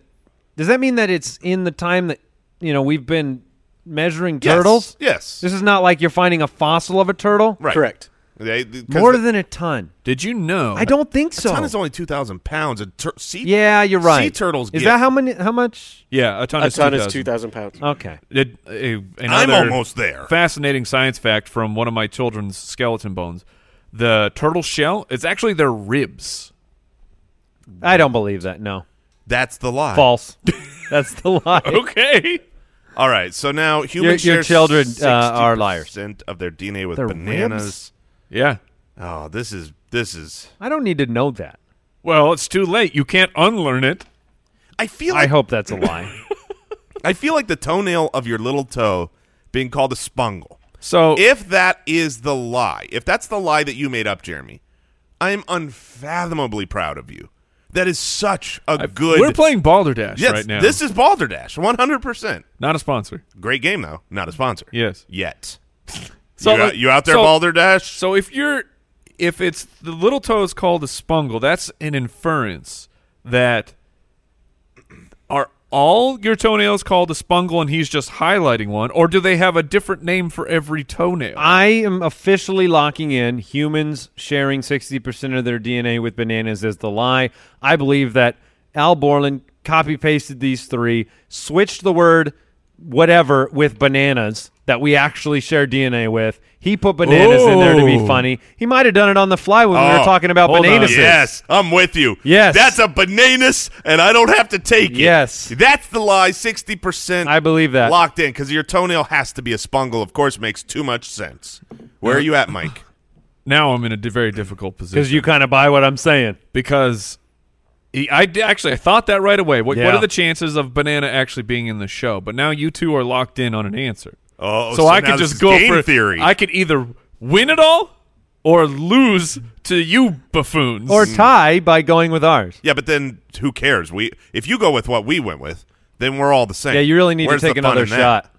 S1: Does that mean that it's in the time that you know we've been measuring
S5: Yes.
S1: turtles?
S5: Yes.
S1: This is not like you're finding a fossil of a turtle.
S5: right.
S6: Correct.
S5: They, th- 'cause
S1: More
S5: the
S1: than a ton.
S4: Did you know?
S1: I don't think so.
S5: ton is only two thousand pounds. A tur- sea.
S1: yeah, you're right.
S5: Sea turtles.
S1: Is
S5: get-
S1: that how many? How much?
S4: Yeah, a ton
S6: A
S4: is
S6: ton
S4: 2,000.
S6: is 2,000 pounds.
S1: Okay.
S4: It- a-
S5: I'm
S4: another
S5: almost there.
S4: Fascinating science fact from one of my children's skeleton bones. The turtle shell, it's actually their ribs.
S1: I don't believe that. No,
S5: That's the lie.
S1: false. That's the lie.
S5: Oh.
S4: Okay.
S5: All right. So now
S1: Your-
S5: humans.
S1: your
S5: share
S1: children, uh, are liars.
S5: 60% Of their DNA with
S1: Their
S5: bananas.
S4: Yeah.
S5: Oh, this is this is.
S1: I don't need to know that.
S4: Well, it's too late. You can't unlearn it.
S5: I feel.
S1: I
S5: Like,
S1: hope that's a lie.
S5: I feel like the toenail of your little toe being called a spungle.
S4: So
S5: If that is the lie, if that's the lie that you made up, Jeremy, I am unfathomably proud of you. That is such a good.
S4: we're playing Balderdash
S5: Yes,
S4: right now.
S5: this is Balderdash, one hundred percent.
S4: not a sponsor.
S5: Great game though, not a sponsor
S4: Yes.
S5: yet.
S4: So,
S5: So you,
S4: like-
S5: out, you out there,
S4: so-
S5: Balderdash?
S4: So if you're if it's the little toe is called a spungle, that's an inference that our all your toenails called a spungle and he's just highlighting one, or do they have a different name for every toenail?
S1: I am officially locking in humans sharing 60% of their DNA with bananas as the lie. I believe that Al Borland copy pasted these three, switched the word whatever with bananas that we actually share DNA with. He put bananas in there to be
S4: Oh.
S1: funny. He might have done it on the fly when we were
S5: Oh,
S1: talking about
S4: hold on.
S1: bananas.
S5: Yes, I'm with you.
S1: Yes.
S5: That's a bananas, and I don't have to take it.
S1: Yes.
S5: That's the lie, 60%
S1: I believe that.
S5: locked in because your toenail has to be a spungle, of course, makes too much sense. Where are you at, Mike?
S4: now I'm in a di- very difficult position.
S1: Because you kind of buy what I'm saying.
S4: because he, I d- actually I thought that right away. What, what
S1: Yeah.
S4: are the chances of banana actually being in the show? But now you two are locked in on an answer.
S5: Oh,
S4: so,
S5: so
S4: I
S5: now
S4: could
S5: this is
S4: just go
S5: game
S4: for
S5: theory.
S4: I could either win it all or lose to you buffoons.
S1: Or tie by going with ours.
S5: Yeah, but then who cares? We If you go with what we went with, then we're all the same.
S1: Yeah, you really need
S5: Where's
S1: to
S5: the
S1: take
S5: fun
S1: another
S5: in that?
S1: shot.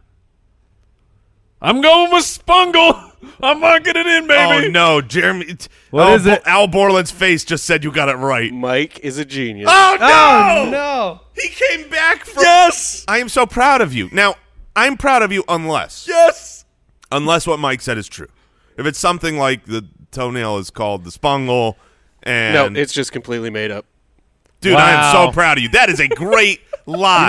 S4: I'm going with Spungle. I'm locking it in, baby.
S5: Oh, no, Jeremy. It,
S1: What
S5: Al,
S1: is it?
S5: Al Borland's face just said you got it right.
S6: Mike is a genius.
S5: Oh, no!
S1: Oh, no.
S5: He came back from. Yes! I am so proud of you. Now, I'm proud of you unless.
S4: Yes.
S5: unless what Mike said is true. If it's something like the toenail is called the spungle,
S6: no,
S5: and
S6: it's just completely made up.
S5: dude, I am
S1: Wow.
S5: so proud of you. That is a great lie.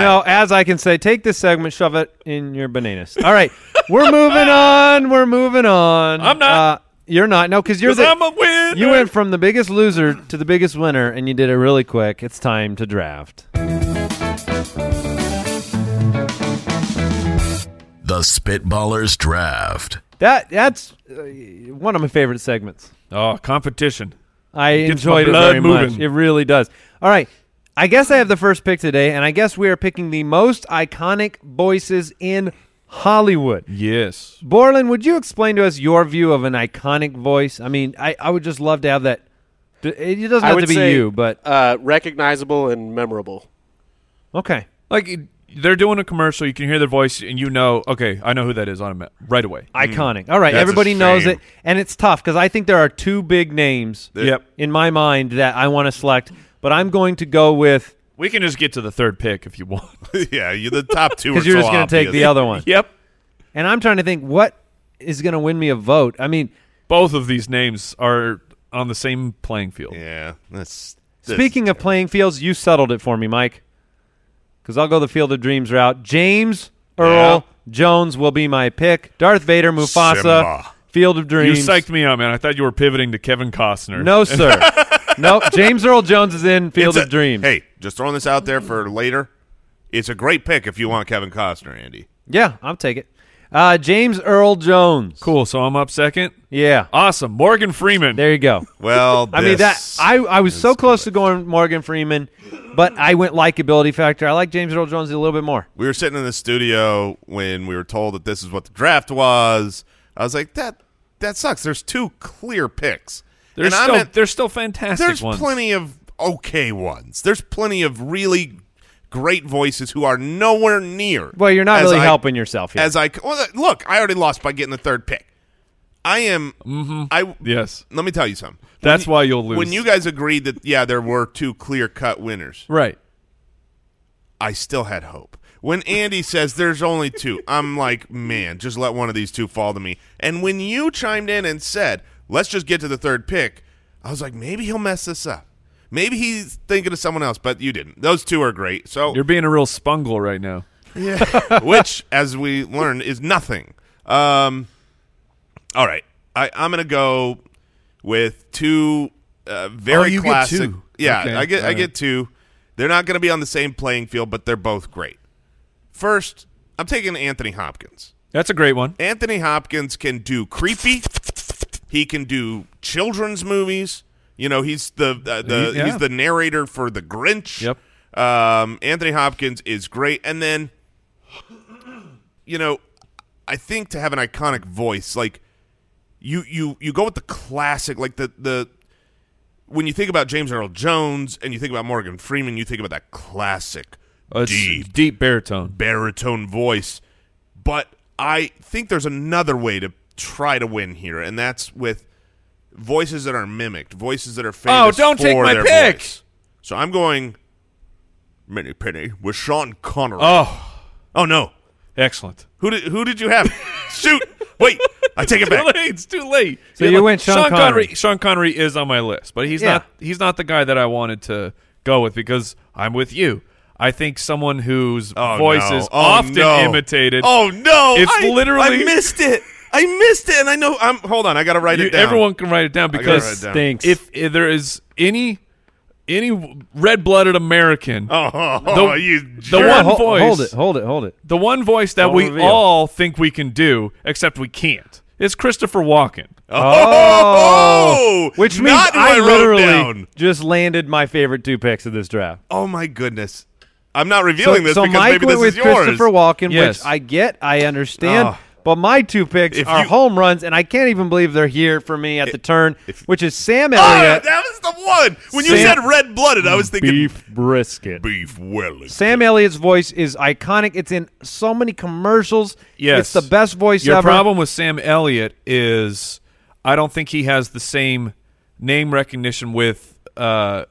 S1: You know, as I can say, take this segment, shove it in your bananas. All right, we're moving on. We're moving on.
S4: I'm not.
S1: Uh, you're not. No, because you're
S4: 'Cause
S1: the.
S4: I'm a winner.
S1: you went from the biggest loser to the biggest winner, and you did it really quick. It's time to draft.
S2: The Spitballers Draft.
S1: That that's uh, one of my favorite segments.
S4: Oh, competition.
S1: I
S4: Gets my
S1: enjoyed it
S4: blood
S1: very much.
S4: moving.
S1: It really does. All right. I guess I have the first pick today, and I guess we are picking the most iconic voices in Hollywood.
S4: Yes.
S1: Borland, would you explain to us your view of an iconic voice? I mean, I, I would just love to have that. D- It doesn't
S6: I
S1: have
S6: would
S1: to be
S6: say,
S1: you, but
S6: uh, recognizable and memorable.
S1: okay.
S4: Like it- they're doing a commercial, you can hear their voice, and you know, okay, I know who that is on a right away.
S1: Iconic. All right,
S5: That's a
S1: everybody knows
S5: shame.
S1: it, and it's tough because I think there are two big names.
S4: Yep.
S1: In my mind, that I want to select, but I'm going to go with
S4: We can just get to the third pick if you want.
S5: yeah, you the top two.
S1: because
S5: Because
S1: you're just going to take the other one,
S4: yep.
S1: and I'm trying to think what is going to win me a vote. I mean,
S4: Both of these names are on the same playing field.
S5: Yeah, that's that's-
S1: speaking of playing fields, you settled it for me, Mike, because I'll go the Field of Dreams route. James Earl Jones will be my pick. Darth Vader, Mufasa,
S5: Simba.
S1: Field of
S4: You
S1: Dreams.
S4: psyched me out, man. I thought you were pivoting to Kevin Costner.
S1: No, sir. no, James Earl Jones is in Field
S5: it's
S1: of
S5: a-
S1: Dreams.
S5: Hey, just throwing this out there for later. It's a great pick if you want Kevin Costner, Andy.
S1: Yeah, I'll take it. Uh, James Earl Jones.
S4: Cool. So I'm up second.
S1: Yeah.
S4: Awesome. Morgan Freeman.
S1: There you go.
S5: Well,
S1: I mean that
S5: Uh, this-
S1: I, I was so close to going Morgan Freeman, but I went likability factor. I like James Earl Jones a little bit more.
S5: we were sitting in the studio when we were told that this is what the draft was. I was like, that that sucks. There's two clear picks.
S4: There's
S5: And I'm
S4: still
S5: at-
S4: there's still fantastic
S5: There's
S4: ones.
S5: plenty of okay ones. There's plenty of really great voices who are nowhere near.
S1: Well, you're not
S5: as
S1: really
S5: I-
S1: helping yourself here.
S5: As I well, that- look, I already lost by getting the third pick. I am.
S1: Mm-hmm.
S5: I
S4: Yes.
S5: let me tell you something.
S4: That's why you'll lose.
S5: When you guys agreed that yeah, there were two clear cut winners,
S4: right.
S5: I still had hope. When Andy says there's only two, I'm like, man, just let one of these two fall to me. And when you chimed in and said, let's just get to the third pick, I was like, maybe he'll mess this up. Maybe he's thinking of someone else, but you didn't. Those two are great. So,
S4: You're being a real spungle right now.
S5: which, as we learned, is nothing. Um, all right, I, I'm gonna go with two uh, very
S4: Oh, you get
S5: classic.
S4: two.
S5: Yeah,
S4: Okay,
S5: I get I
S4: all
S5: get
S4: right.
S5: two. They're not gonna be on the same playing field, but they're both great. First, I'm taking Anthony Hopkins.
S4: That's a great one.
S5: Anthony Hopkins can do creepy. He can do children's movies. You know, he's the uh, the
S4: He- yeah.
S5: he's the narrator for The Grinch.
S4: Yep.
S5: Um, Anthony Hopkins is great, and then you know, I think to have an iconic voice like you you you go with the classic like the the when you think about James Earl Jones and you think about Morgan Freeman, you think about that classic
S4: Oh, It's
S5: deep
S4: deep baritone.
S5: baritone voice. But I think there's another way to try to win here, and that's with voices that are mimicked, voices that are
S4: Oh,
S5: famous.
S4: don't take
S5: for
S4: my
S5: their
S4: pick!
S5: voice. So I'm going Mini Penny with Sean Connery.
S4: Oh,
S5: oh no,
S4: excellent.
S5: who did who did you have? Shoot, wait, I take it
S4: Too
S5: back.
S4: late. It's too late.
S1: So you went Sean Connery.
S4: Sean Connery is on my list, but he's
S1: Yeah.
S4: not. He's not the guy that I wanted to go with because I'm with you. I think someone whose
S5: Oh,
S4: voice
S5: no.
S4: is
S5: Oh,
S4: often
S5: no.
S4: imitated.
S5: Oh no,
S4: It's
S5: I-
S4: literally-
S5: I missed it. I missed it, and I know. I'm hold on. I gotta write
S4: You-
S5: it down.
S4: everyone can write it down
S5: gotta
S4: because
S5: write it down.
S1: Stinks.
S4: if, if there is any any red-blooded American,
S5: Oh, oh,
S4: The-
S5: oh you
S4: the
S5: jerk.
S4: one-
S1: Ho-
S4: voice.
S1: Hold it, hold it, hold it.
S4: the one voice that
S1: Don't
S4: we
S1: reveal.
S4: all think we can do, except we can't, is Christopher Walken.
S5: Oh,
S1: Which means
S5: not who
S1: I,
S5: wrote
S1: literally
S5: down.
S1: just landed my favorite two picks of this draft.
S5: Oh my goodness, I'm not revealing this because
S1: Mike
S5: maybe
S1: went
S5: this
S1: with
S5: is yours.
S1: Christopher Walken,
S4: Yes.
S1: which I get, I understand.
S5: Oh.
S1: But my two picks
S5: If
S1: are
S5: you-
S1: home runs, and I can't even believe they're here for me at the turn, which is Sam
S5: Ah,
S1: Elliott,
S5: that was the one. When you
S1: Sam-
S5: said red blooded, I was thinking
S1: beef brisket.
S5: beef Wellington.
S1: Sam Elliott's voice is iconic. It's in so many commercials.
S4: Yes,
S1: it's the best voice
S4: Your
S1: ever.
S4: problem with Sam Elliott is I don't think he has the same name recognition with uh,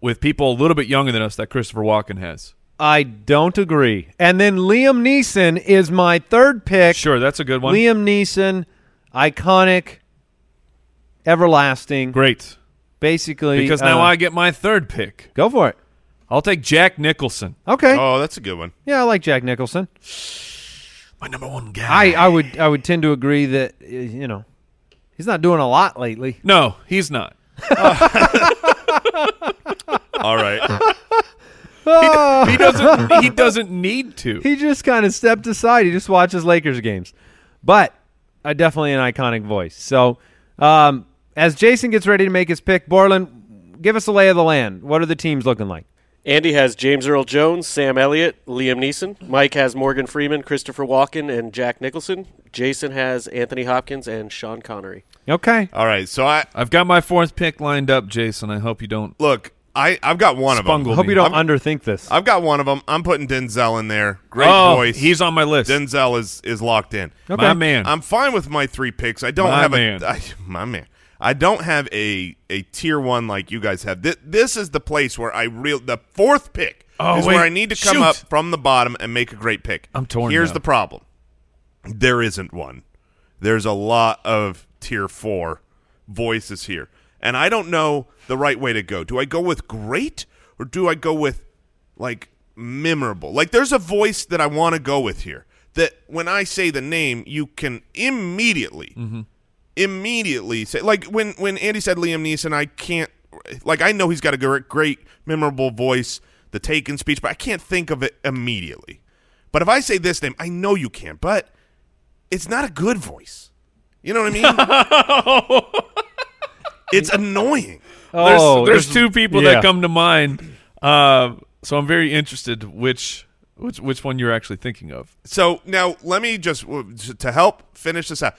S4: with people a little bit younger than us that Christopher Walken has.
S1: I don't agree. And then Liam Neeson is my third pick.
S4: Sure, that's a good one.
S1: Liam Neeson, iconic, everlasting.
S4: Great,
S1: Basically,
S4: because now
S1: uh,
S4: I get my third pick.
S1: go for it.
S4: I'll take Jack Nicholson,
S1: Okay,
S5: Oh, that's a good one.
S1: yeah, I like Jack Nicholson.
S4: my number one guy.
S1: I, I would I would tend to agree that uh, you know he's not doing a lot lately.
S4: no, he's not.
S5: All right.
S4: He doesn't. he doesn't need to.
S1: He just kind of stepped aside. He just watches Lakers games, but uh, definitely an iconic voice. So um, as Jason gets ready to make his pick, Borland, give us a lay of the land. What are the teams looking like?
S6: Andy has James Earl Jones, Sam Elliott, Liam Neeson. Mike has Morgan Freeman, Christopher Walken, and Jack Nicholson. Jason has Anthony Hopkins and Sean Connery.
S1: Okay,
S5: All right. So I
S4: I've got my fourth pick lined up, Jason. I hope you don't.
S5: look. I I've got one of
S4: Spungle
S5: them.
S1: hope you don't
S5: I'm-
S1: underthink this.
S5: I've got one of them. I'm putting Denzel in there. Great
S4: oh,
S5: voice.
S4: he's on my list.
S5: Denzel is is locked in.
S4: My man.
S5: I'm fine with my three picks. I don't
S4: My
S5: have
S4: man.
S5: a I, my man. I don't have a a tier one like you guys have. This, this is the place where I real the fourth pick
S4: Oh,
S5: is
S4: wait.
S5: where I need to come
S4: Shoot.
S5: up from the bottom and make a great pick.
S4: I'm torn
S5: Here's
S4: now.
S5: the problem: there isn't one. There's a lot of tier four voices here, and I don't know the right way to go. Do I go with great or do I go with like memorable. Like there's a voice that I want to go with here. That when I say the name, you can immediately, immediately say like when when Andy said Liam Neeson, I can't like I know he's got a great, great memorable voice, the Taken speech, but I can't think of it immediately. But if I say this name, I know you can, but it's not a good voice. You know what I mean? it's annoying.
S4: There's,
S1: oh,
S4: there's two people
S1: yeah.
S4: that come to mind. Uh, so I'm very interested which which which one you're actually thinking of.
S5: So now let me just to help finish this out.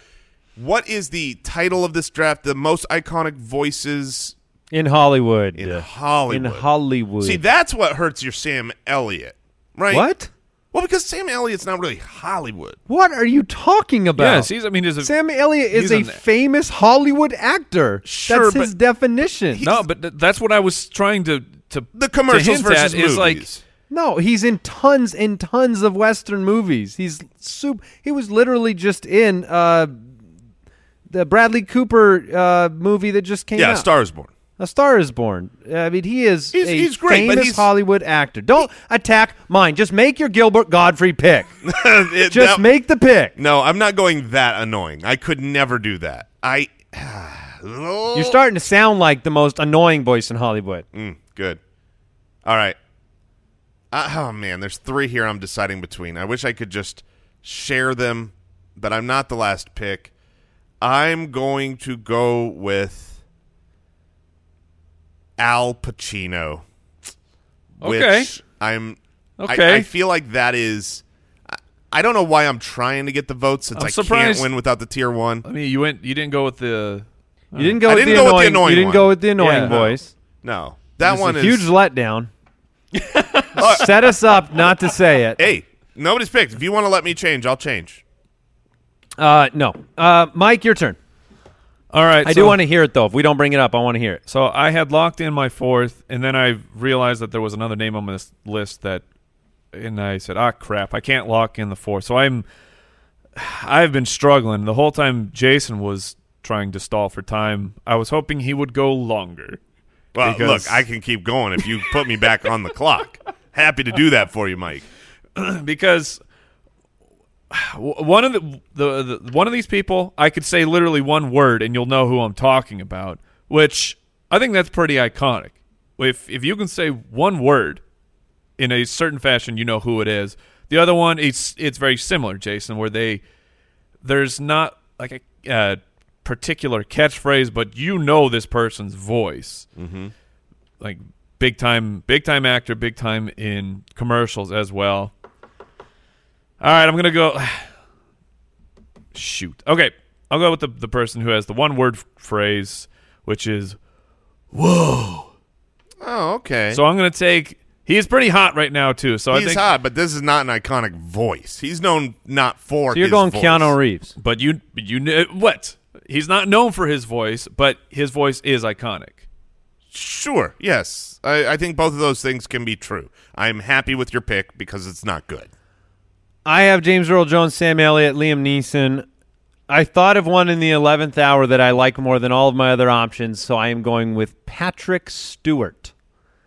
S5: What is the title of this draft? The most iconic voices
S1: in Hollywood.
S5: in
S1: Yeah.
S5: Hollywood.
S1: In Hollywood.
S5: See, that's what hurts your Sam Elliott, right?
S1: What?
S5: Well, because Sam Elliott's not really Hollywood.
S1: What are you talking about?
S4: Yes, he's. I mean, he's a
S1: Sam Elliott is
S4: he's
S1: a
S4: an-
S1: famous Hollywood actor.
S5: Sure,
S1: That's his
S5: but
S1: definition.
S4: no, but th- that's what I was trying to to
S5: The commercials
S4: to hint at
S5: versus
S4: is
S5: movies.
S4: like
S1: No, he's in tons and tons of Western movies. He's soup. He was literally just in uh, the Bradley Cooper uh, movie that just came
S5: yeah,
S1: out.
S5: Star is Born.
S1: A Star is Born. I mean, he is
S5: He's-
S1: a
S5: he's great, but
S1: famous
S5: he's-
S1: Hollywood actor. Don't attack mine. Just make your Gilbert Godfrey pick.
S5: It-
S1: Just
S5: that-
S1: make the pick.
S5: No, I'm not going that annoying. I could never do that. I.
S1: You're starting to sound like the most annoying voice in Hollywood.
S5: Mm, good. All right. Uh, oh man, there's three here I'm deciding between. I wish I could just share them, but I'm not the last pick. I'm going to go with Al Pacino.
S4: Okay.
S5: Which I'm I-
S4: Okay.
S5: I, feel like that is. I- I don't know why I'm trying to get the votes since
S4: I'm
S5: I
S4: surprised-
S5: can't win without the tier one.
S4: I mean, you went you didn't go with the
S1: You didn't go.
S5: I
S1: with
S5: didn't
S1: the
S5: go with
S1: annoying,
S5: the annoying
S1: You didn't
S5: one.
S1: go with the annoying
S4: Yeah.
S1: voice.
S5: No, that
S1: It's
S5: one
S1: a
S5: is
S1: huge letdown. Set us up not to say it.
S5: Hey, nobody's picked. If you want to let me change, I'll change.
S1: Uh, no. Uh, Mike, your turn.
S4: All right.
S1: I
S4: so,
S1: do want to hear it though. If we don't bring it up, I want to hear it.
S4: So I had locked in my fourth, and then I realized that there was another name on this list that, and I said, ah, crap, I can't lock in the fourth. So I'm, I've been struggling the whole time. Jason was trying to stall for time. I was hoping he would go longer.
S5: Well,
S4: Because-
S5: look, I can keep going if you put me back on the clock. Happy to do that for you, Mike.
S4: because w- one of the, the, the one of these people I could say literally one word and you'll know who I'm talking about, which I think that's pretty iconic. If if you can say one word in a certain fashion, you know who it is. The other one it's it's very similar, Jason, where they there's not like a uh, particular catchphrase, but you know this person's voice like big time big time actor big time in commercials as well all right i'm gonna go shoot okay i'll go with the, the person who has the one word f- phrase which is
S5: Oh, okay.
S4: so i'm gonna take he's pretty hot right now too so i
S5: he's
S4: think
S5: hot, but this is not an iconic voice. He's known not for.
S1: So you're
S5: his
S1: going
S5: voice.
S1: Keanu Reeves.
S4: but you you kn- what he's not known for his voice but his voice is iconic
S5: Sure. Yes, I, I think both of those things can be true. I'm happy with your pick because it's not good.
S1: I have James Earl Jones, Sam Elliott, Liam Neeson. I thought of one in the eleventh hour that I like more than all of my other options, so I am going with Patrick Stewart.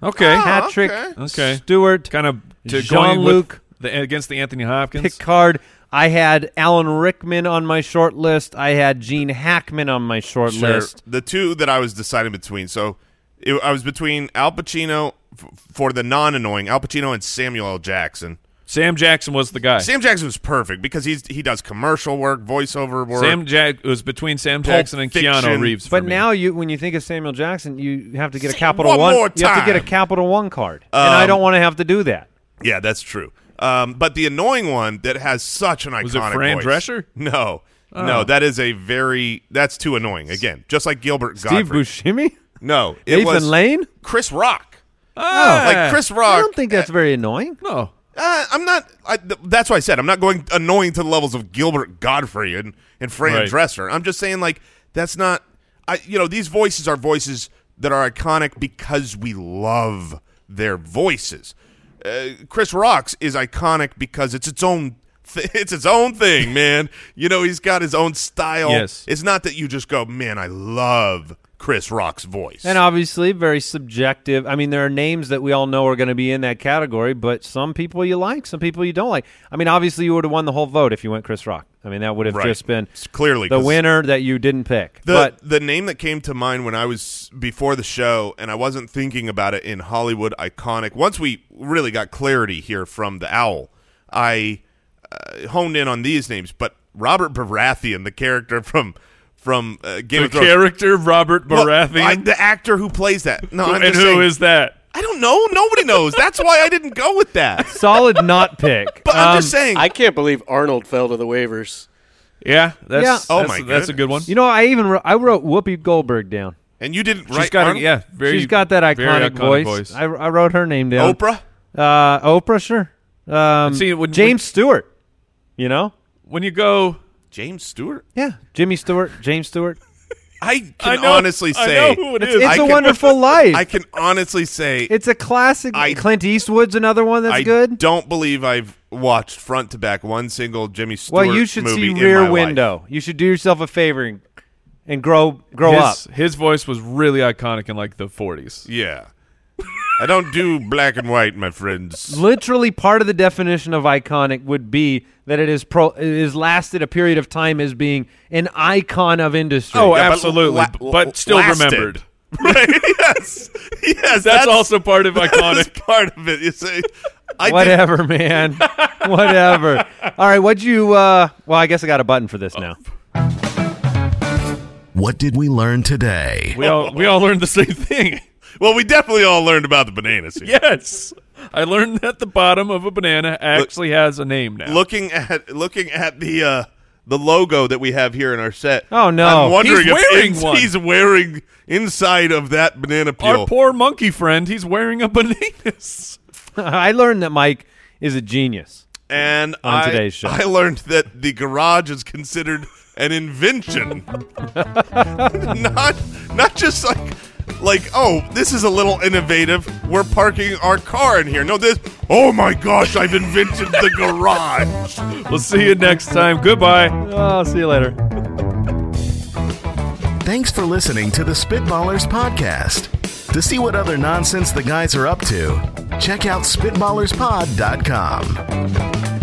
S4: okay
S5: Ah, Oh.
S1: Patrick
S4: Okay.
S1: Stewart,
S4: kind of to going with
S1: Jean-Luc
S4: the, against the anthony hopkins
S1: Picard. I had Alan Rickman on my short list. I had Gene Hackman on my short
S5: Sure.
S1: list.
S5: The two that I was deciding between. So it, I was between Al Pacino f- for the non-annoying Al Pacino and Samuel L. Jackson.
S4: sam jackson was the guy
S5: Sam Jackson was perfect because he's he does commercial work, voiceover work.
S4: Sam Jack it was between Sam Jackson and Keanu
S5: Fiction.
S4: Reeves. for
S1: But
S4: me.
S1: now you, when you think of Samuel Jackson, you have to get a capital
S5: one
S1: one. Um,
S5: more
S1: You have to get a
S5: time.
S1: capital one card, and I don't want to have to do that.
S5: Yeah, that's true. Um, but the annoying one that has such an iconic
S4: Was it Fran
S5: voice.
S4: Drescher?
S5: No,
S1: Oh.
S5: no, that is a very that's too annoying. Again, just like Gilbert
S1: Steve
S5: Gottfried.
S1: Buscemi,
S5: No, it
S1: Nathan
S5: was
S1: Lane. Oh.
S5: Chris Rock.
S4: Ah,
S5: Like Chris Rock.
S1: I don't think that's very annoying.
S4: No,
S5: Uh, I'm not. I, th- that's why I said I'm not going annoying to the levels of Gilbert Godfrey and and Fran
S4: Right.
S5: Dresser. I'm just saying like that's not. I you know these voices are voices that are iconic because we love their voices. Uh, Chris Rock's is iconic because it's its own. Th- it's its own thing, man. You know he's got his own style.
S4: Yes.
S5: It's not that you just go, man. I love Chris Rock's voice.
S1: And obviously, very subjective. I mean, there are names that we all know are going to be in that category, but some people you like, some people you don't like. I mean, obviously, you would have won the whole vote if you went Chris Rock. I mean, that would have
S5: Right.
S1: just been
S5: It's clearly
S1: the
S5: 'cause-
S1: winner that you didn't pick.
S5: The
S1: but
S5: the name that came to mind when I was before the show, and I wasn't thinking about it in Hollywood iconic. Once we really got clarity here from the owl, I uh, honed in on these names. But Robert Baratheon, the character from from uh, Game
S4: the
S5: of Thrones,
S4: character Robert
S5: Well,
S4: Baratheon,
S5: I- the actor who plays that. No, I'm
S4: and
S5: just
S4: who is
S5: saying-
S4: that?
S5: I don't know. Nobody knows. That's why I didn't go with that.
S1: solid not pick.
S5: But I'm
S1: Um,
S5: just saying.
S6: I can't believe Arnold fell to the waivers.
S4: Yeah, that's
S1: Yeah.
S5: Oh
S4: that's,
S5: my
S4: that's a good one.
S1: You know, I even wrote, I wrote Whoopi Goldberg down.
S5: and you didn't
S4: She's
S5: write.
S4: got a,
S5: Arnold?
S4: yeah, very
S1: She's got that
S4: very
S1: iconic, voice.
S4: voice.
S1: I, I wrote her name down.
S5: Oprah.
S1: Uh, Oprah, sure. Um,
S4: See, when-
S1: James
S4: when-
S1: Stewart. You know,
S4: when you go,
S5: James Stewart.
S1: yeah, Jimmy Stewart, James Stewart.
S5: I
S4: I
S5: can
S4: know-
S5: honestly
S4: I
S5: say.
S4: know who it
S1: It's,
S4: is.
S1: it's
S5: I
S1: a
S5: can-
S1: Wonderful Life.
S5: I can honestly say
S1: It's a classic.
S5: I-
S1: Clint Eastwood's another one that's
S5: I
S1: good.
S5: don't believe I've watched front to back one single Jimmy Stewart
S1: Well, you should
S5: movie
S1: see
S5: in
S1: Rear
S5: my life.
S1: Window. You should do yourself a favor and, and grow grow up.
S4: his, his voice was really iconic in like the 40s.
S5: Yeah. I don't do black and white, my friends.
S1: Literally, part of the definition of iconic would be that it is pro it has lasted a period of time as being an icon of industry.
S4: Oh,
S5: Yeah, but
S4: absolutely,
S5: la-
S4: but, still
S5: lasted.
S4: remembered.
S5: Right? yes. Yes. That's,
S4: That's, also part of
S5: that is
S4: iconic.
S5: part of it. You see, I did,
S1: whatever, man. whatever. All right, what'd you? Uh, well, I guess I got a button for this now.
S2: What did we learn today?
S4: we all we all learned the same thing.
S5: well, we definitely all learned about the bananas. Here.
S4: yes, I learned that the bottom of a banana actually has a name now.
S5: Looking at looking at the uh, the logo that we have here in our set.
S1: Oh, no.
S5: I'm wondering
S4: He's
S5: if
S4: wearing
S5: ins-
S4: one.
S5: he's wearing inside of that banana peel.
S4: Our poor monkey friend, he's wearing a bananas.
S1: I learned that Mike is a genius.
S5: And
S1: On
S5: I,
S1: today's show.
S5: I learned that the garage is considered an invention. not not just like like oh this is a little innovative we're parking our car in here no this oh my gosh i've invented the garage
S4: We'll see you next time. Goodbye.
S1: Oh, see you later.
S2: Thanks for listening to the Spitballers Podcast. To see what other nonsense the guys are up to, check out SpitballersPod.com.